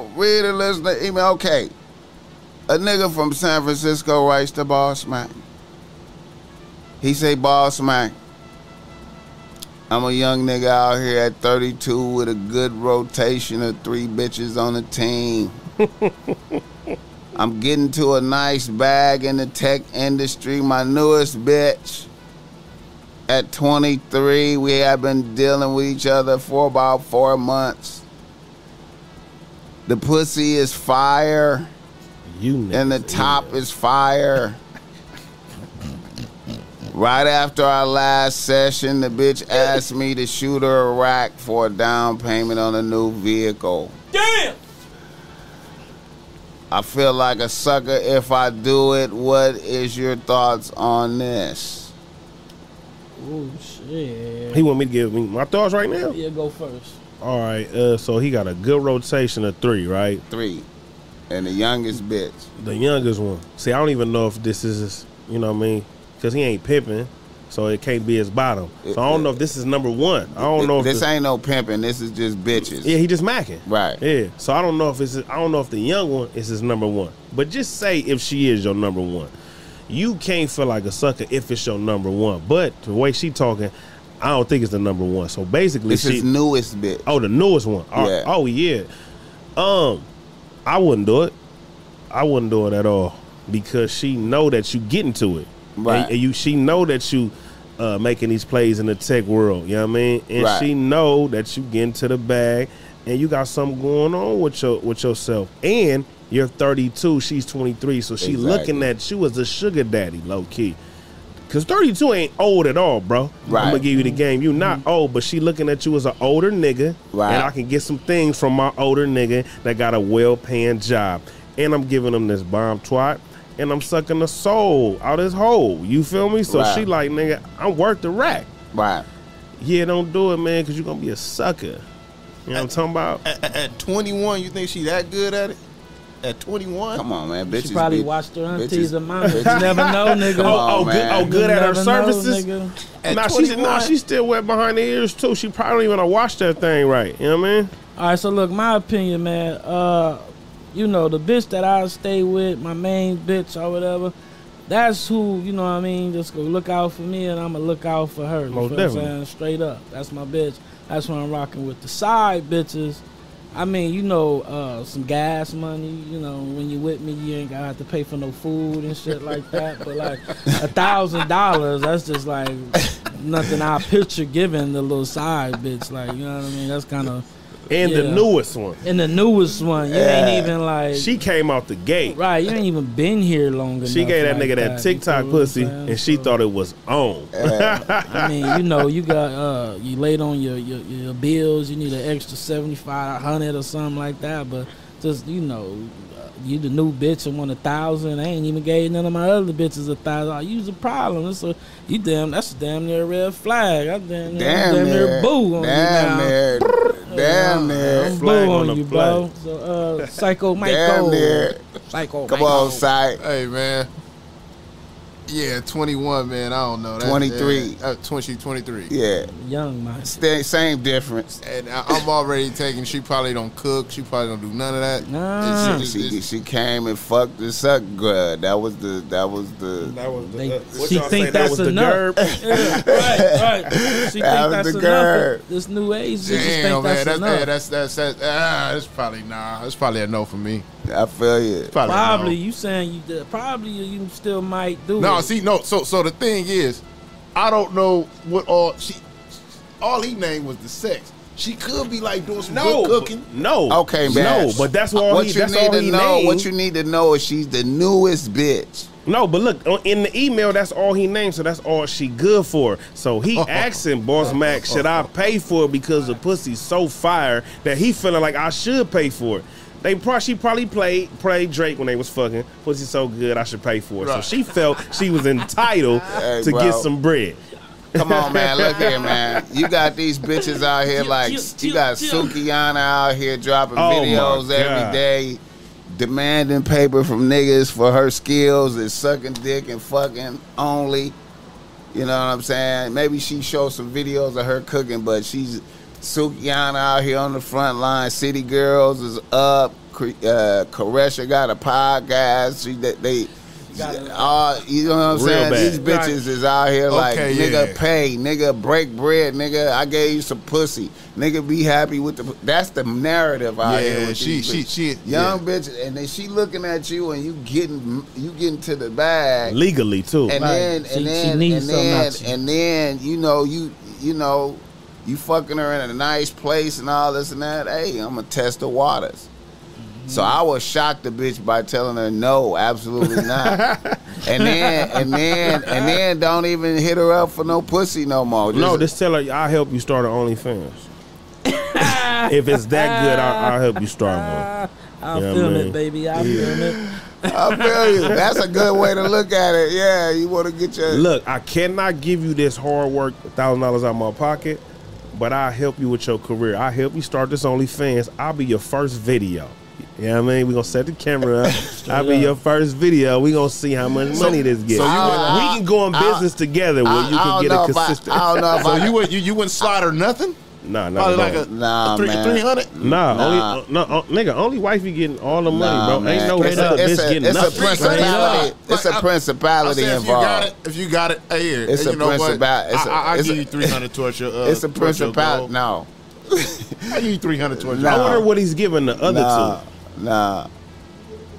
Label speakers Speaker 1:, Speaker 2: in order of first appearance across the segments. Speaker 1: read a listener email. Okay. A nigga from San Francisco writes to Boss Mac. He say, Boss Mac, I'm a young nigga out here at 32 with a good rotation of three bitches on the team. I'm getting to a nice bag in the tech industry. My newest bitch at 23. We have been dealing with each other for about four months. The pussy is fire
Speaker 2: You niggas.
Speaker 1: and the top is fire. right after our last session, the bitch asked me to shoot her a rack for a down payment on a new vehicle.
Speaker 3: Damn!
Speaker 1: I feel like a sucker if I do it. What is your thoughts on this?
Speaker 3: Oh, shit.
Speaker 2: He want me to give me my thoughts right now.
Speaker 3: Yeah, go first.
Speaker 2: All right. Uh, so he got a good rotation of three, right?
Speaker 1: Three. And the youngest bitch.
Speaker 2: The youngest one. See, I don't even know if this is, you know what I mean? Because he ain't pimping, so it can't be his bottom. So I don't know if this is number one. I don't know if
Speaker 1: This
Speaker 2: the-
Speaker 1: ain't no pimping. This is just bitches.
Speaker 2: Oh, Yeah, he just macking.
Speaker 1: Right.
Speaker 2: Yeah. So I don't know if it's I don't know if the young one is his number one. But just say if she is your number one, you can't feel like a sucker if it's your number one. But the way she talking, I don't think it's the number one. So basically,
Speaker 1: This
Speaker 2: she
Speaker 1: is newest bitch.
Speaker 2: oh the newest one. Oh
Speaker 1: Yeah.
Speaker 2: oh, yeah. Um, I wouldn't do it. I wouldn't do it at all because she know that you getting to it.
Speaker 1: Right.
Speaker 2: And, and you she know that you. Uh, making these plays in the tech world, you know what I mean, and
Speaker 1: Right.
Speaker 2: she know that you get into the bag, and you got something going on with your with yourself, and you're 32, she's 23, so she
Speaker 1: Exactly.
Speaker 2: looking at you as a sugar daddy, low key, because 32 ain't old at all, bro.
Speaker 1: Right.
Speaker 2: I'm gonna give you the game. You
Speaker 3: Mm-hmm.
Speaker 2: not old, but she looking at you as an older nigga,
Speaker 1: Right.
Speaker 2: and I can get some things from my older nigga that got a well paying job. And I'm giving him this bomb twat. And I'm sucking the soul out his hole. You feel me? So
Speaker 1: Right.
Speaker 2: she like, nigga, I'm worth the rack.
Speaker 1: Right.
Speaker 2: Yeah, don't do it, man, because you're going to be a sucker. You know what I'm talking about?
Speaker 4: At, at- at 21, you think she that good at it? At 21?
Speaker 1: Come on, man. Bitches
Speaker 3: She probably
Speaker 1: be-
Speaker 3: watched her aunties
Speaker 1: bitches-
Speaker 3: and mamas. You never know, nigga.
Speaker 1: Come on,
Speaker 2: oh, oh, good,
Speaker 1: man.
Speaker 2: oh, good
Speaker 3: You
Speaker 2: at her
Speaker 3: never know,
Speaker 2: services.
Speaker 3: nigga.
Speaker 4: At
Speaker 2: nah, she's,
Speaker 4: 21?
Speaker 2: nah, she's still wet behind the ears, too. She probably don't even wash that thing right. You know what I mean?
Speaker 3: All right, so look, my opinion, man. Uh, you know, the bitch that I stay with, my main bitch or whatever, that's who, you know what I mean, just go look out for me and I'm going to look out for her. You
Speaker 2: Most
Speaker 3: feel what I'm
Speaker 2: definitely.
Speaker 3: saying? Straight up. That's my bitch. That's what I'm rocking with. The side bitches, I mean, you know, uh, some gas money, you know, when you with me, you ain't got to have to pay for no food and shit like that. But like a thousand dollars, that's just like nothing I picture giving the little side bitch. Like, you know what I mean? That's kind of.
Speaker 2: And the
Speaker 3: Yeah.
Speaker 2: newest one.
Speaker 3: And the newest one, you ain't even like
Speaker 2: She came out the gate.
Speaker 3: right. You ain't even been here long enough.
Speaker 2: She gave that
Speaker 3: like
Speaker 2: nigga that
Speaker 3: you
Speaker 2: TikTok
Speaker 3: feel what I'm
Speaker 2: pussy,
Speaker 3: saying?
Speaker 2: and she
Speaker 3: So,
Speaker 2: thought it was on.
Speaker 3: I mean, you know, you got uh, you late on your your, your bills. You need an extra seventy five hundred or something like that. But just you know, uh, you the new bitch and want a thousand. I ain't even gave none of my other bitches a thousand. I use a problem. That's a you damn. That's a damn near red flag. I damn near,
Speaker 1: Damn,
Speaker 3: damn near
Speaker 1: near.
Speaker 3: boo on
Speaker 1: Damn
Speaker 3: you now.
Speaker 1: near. Damn
Speaker 3: I'm
Speaker 1: near.
Speaker 3: boo
Speaker 2: Flag on
Speaker 3: on,
Speaker 2: the
Speaker 3: you, bro. So, uh, Psycho
Speaker 1: Damn
Speaker 3: Michael.
Speaker 1: near.
Speaker 3: Psycho
Speaker 1: Come
Speaker 3: Michael.
Speaker 1: on, side.
Speaker 4: Hey, man. Yeah, 21, man. I don't know. That,
Speaker 1: 23.
Speaker 4: Yeah, uh, 20, she 23.
Speaker 1: Yeah.
Speaker 3: Young Michael.
Speaker 1: Sta- Same difference.
Speaker 4: And I, I'm already taking, she probably don't cook. She probably don't do none of that.
Speaker 3: Nah.
Speaker 4: And she just-
Speaker 1: She she came and fucked the suck girl. That was the that was the
Speaker 2: That was the,
Speaker 3: They-
Speaker 2: uh, what
Speaker 3: she
Speaker 2: y'all
Speaker 3: think
Speaker 2: say,
Speaker 3: that's
Speaker 2: that was
Speaker 3: enough.
Speaker 2: The gerb.
Speaker 3: Yeah, right, right. She think
Speaker 1: That was
Speaker 3: that's
Speaker 1: the
Speaker 3: enough.
Speaker 1: girl.
Speaker 3: This new age, she just
Speaker 4: Damn,
Speaker 3: think
Speaker 4: man,
Speaker 3: that's,
Speaker 4: that's,
Speaker 3: enough.
Speaker 4: yeah, that's that's that's ah, that's probably nah. That's probably a no for me.
Speaker 1: I feel you.
Speaker 4: Probably, a no.
Speaker 3: probably you saying you did, probably you still might do.
Speaker 4: No,
Speaker 3: it.
Speaker 4: see, no. So, so the thing is, I don't know what all she. All he named was the sex. She could be like doing some
Speaker 2: No,
Speaker 4: good cooking.
Speaker 2: no,
Speaker 1: Okay, man.
Speaker 2: No, but that's all
Speaker 1: what
Speaker 2: he.
Speaker 1: you
Speaker 2: That's
Speaker 1: need
Speaker 2: all
Speaker 1: to
Speaker 2: he
Speaker 1: know.
Speaker 2: named.
Speaker 1: What you need to know is she's the newest bitch.
Speaker 2: no, but look on- in the email. That's all he named. So that's all she good for. So he asking Boss Mac, should I pay for it because the pussy's so fire that he feeling like I should pay for it. They probably she probably played played Drake when they was fucking. Pussy so good, I should pay for it.
Speaker 4: Right.
Speaker 2: So she felt she was entitled
Speaker 1: Hey,
Speaker 2: to
Speaker 1: bro.
Speaker 2: get some bread.
Speaker 1: Come on, man. Look here, man. You got these bitches out here like you got Sukiana out here dropping
Speaker 2: Oh, my
Speaker 1: videos every
Speaker 2: God.
Speaker 1: day, demanding paper from niggas for her skills and sucking dick and fucking only. You know what I'm saying? Maybe she shows some videos of her cooking, but she's Sukiana out here on the front line. City Girls is up. Cre- uh, Caresha got a podcast. She that they.
Speaker 3: got a-
Speaker 1: Uh, you know what I'm
Speaker 2: Real
Speaker 1: saying?
Speaker 2: bad.
Speaker 1: These bitches is out here like
Speaker 4: Okay,
Speaker 1: nigga
Speaker 4: yeah.
Speaker 1: pay, nigga break bread, nigga. I gave you some pussy, nigga. Be happy with the. pu-" That's the narrative out
Speaker 4: Yeah,
Speaker 1: here. With
Speaker 4: she-
Speaker 1: these
Speaker 4: she-
Speaker 1: bitches.
Speaker 4: she-
Speaker 1: young bitches, and then she looking at you, and you getting you getting to the bag,
Speaker 2: legally too.
Speaker 1: and
Speaker 3: Right.
Speaker 1: then
Speaker 3: She-
Speaker 1: and
Speaker 3: she
Speaker 1: then
Speaker 3: needs
Speaker 1: and
Speaker 3: something
Speaker 1: then
Speaker 3: out you.
Speaker 1: and then you know you you know you fucking her in a nice place and all this and that. Hey, I'm gonna test the waters. So I was shocked the bitch by telling her no, absolutely not. and then and then and then don't even hit her up for no pussy no more.
Speaker 2: no,
Speaker 1: Just-
Speaker 2: just tell her I'll help you start an OnlyFans. if it's that good, I'll, I'll help you start one.
Speaker 3: I'm
Speaker 2: Yeah,
Speaker 3: feeling
Speaker 2: man.
Speaker 3: it, baby. I'm feeling it.
Speaker 1: I feel you. That's a good way to look at it. Yeah, you want to get your
Speaker 2: Look, I cannot give you this hard work thousand dollars out of my pocket, but I'll help you with your career. I'll help you start this OnlyFans. I'll be your first video. You know what I mean? We're gonna set the camera up. I'll be
Speaker 3: up.
Speaker 2: your first video. We're gonna see how much money this gets.
Speaker 4: so you
Speaker 1: I-
Speaker 2: we can go in
Speaker 1: I-
Speaker 2: business together where
Speaker 1: I-
Speaker 2: you
Speaker 1: I don't
Speaker 2: can get
Speaker 1: know
Speaker 2: a
Speaker 1: if I-
Speaker 2: consistent.
Speaker 1: I, don't know if
Speaker 4: So
Speaker 1: I
Speaker 4: you would you, you wouldn't slide her nothing?
Speaker 2: nah, nah,
Speaker 4: Probably
Speaker 2: nah.
Speaker 4: like a,
Speaker 1: Nah,
Speaker 4: a three
Speaker 1: man.
Speaker 4: hundred.
Speaker 2: Nah,
Speaker 1: Nah.
Speaker 2: only uh, no, uh, nigga, only wife you getting all the money,
Speaker 1: Nah,
Speaker 2: bro.
Speaker 1: man.
Speaker 2: Ain't no
Speaker 1: it's
Speaker 2: head
Speaker 1: a,
Speaker 2: up,
Speaker 1: it's
Speaker 2: bitch
Speaker 1: a-
Speaker 2: getting
Speaker 1: it's
Speaker 2: nothing.
Speaker 1: A principality.
Speaker 4: Straight up.
Speaker 1: It's a
Speaker 4: Like, I-
Speaker 1: principality
Speaker 4: I said if you got
Speaker 1: involved.
Speaker 4: it, if you got it, hey, here.
Speaker 1: It's
Speaker 4: and
Speaker 1: a
Speaker 4: you know what?
Speaker 1: principal- it's a-
Speaker 4: I, I, I
Speaker 1: it's
Speaker 4: give
Speaker 1: a-
Speaker 4: you three hundred towards your. Uh,
Speaker 1: it's a
Speaker 4: towards your goal.
Speaker 1: principality. No,
Speaker 4: I give you three hundred towards your.
Speaker 1: Nah.
Speaker 2: I
Speaker 4: goal.
Speaker 2: wonder what he's giving the other
Speaker 1: nah,
Speaker 2: two.
Speaker 1: nah.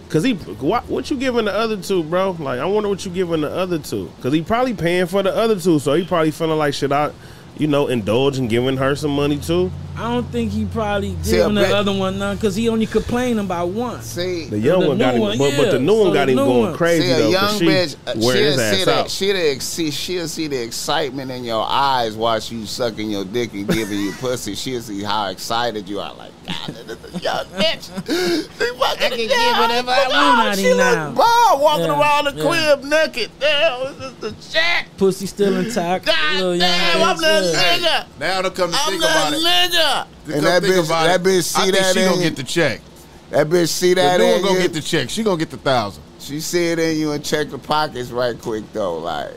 Speaker 2: Cause he, what, what you giving the other two, bro? Like, I wonder what you giving the other two. Cause he probably paying for the other two, so he probably feeling like should I, you know, indulge in giving her some money too?
Speaker 3: I don't think he probably
Speaker 1: See, I
Speaker 3: giving the
Speaker 1: bet-
Speaker 3: other one none because he only complaining about one.
Speaker 1: See,
Speaker 2: The young
Speaker 3: The
Speaker 2: one got
Speaker 3: new
Speaker 2: him,
Speaker 3: one,
Speaker 2: but, but the
Speaker 3: yeah.
Speaker 2: new one
Speaker 3: So
Speaker 2: got
Speaker 3: the
Speaker 2: him
Speaker 3: new
Speaker 2: going
Speaker 3: one.
Speaker 2: crazy
Speaker 1: see
Speaker 2: though.
Speaker 1: a
Speaker 2: 'cause
Speaker 1: young
Speaker 2: she
Speaker 1: bitch. uh,
Speaker 2: wear
Speaker 1: She'll
Speaker 2: his
Speaker 1: see
Speaker 2: ass
Speaker 1: that.
Speaker 2: out.
Speaker 1: She'll ex- see. She'll see the excitement in your eyes while she's sucking your dick and giving you pussy. She'll see how excited you are. Like, God, this is a young bitch. She fucking
Speaker 3: can get whatever I want out
Speaker 1: She
Speaker 3: here
Speaker 1: look
Speaker 3: now.
Speaker 1: bald walking
Speaker 3: Yeah,
Speaker 1: around the
Speaker 3: yeah.
Speaker 1: crib naked. Damn, this is the shit.
Speaker 3: Pussy still intact.
Speaker 1: God
Speaker 3: Little young
Speaker 1: damn, I'm
Speaker 3: bitch,
Speaker 1: the
Speaker 3: yeah.
Speaker 1: nigga.
Speaker 4: Now to come to
Speaker 1: I'm
Speaker 4: think
Speaker 1: the
Speaker 4: about it,
Speaker 1: nigga.
Speaker 4: to
Speaker 1: And
Speaker 4: come
Speaker 1: that
Speaker 4: think
Speaker 1: bitch,
Speaker 4: about
Speaker 1: that
Speaker 4: it,
Speaker 1: bitch see
Speaker 4: I think
Speaker 1: that
Speaker 4: she
Speaker 1: in
Speaker 4: gonna
Speaker 1: you.
Speaker 4: get the check.
Speaker 1: That bitch see
Speaker 4: The
Speaker 1: that
Speaker 4: new one
Speaker 1: in
Speaker 4: gonna
Speaker 1: you.
Speaker 4: get the check. She gonna get the thousand.
Speaker 1: she see it in you and check the pockets right quick though, like.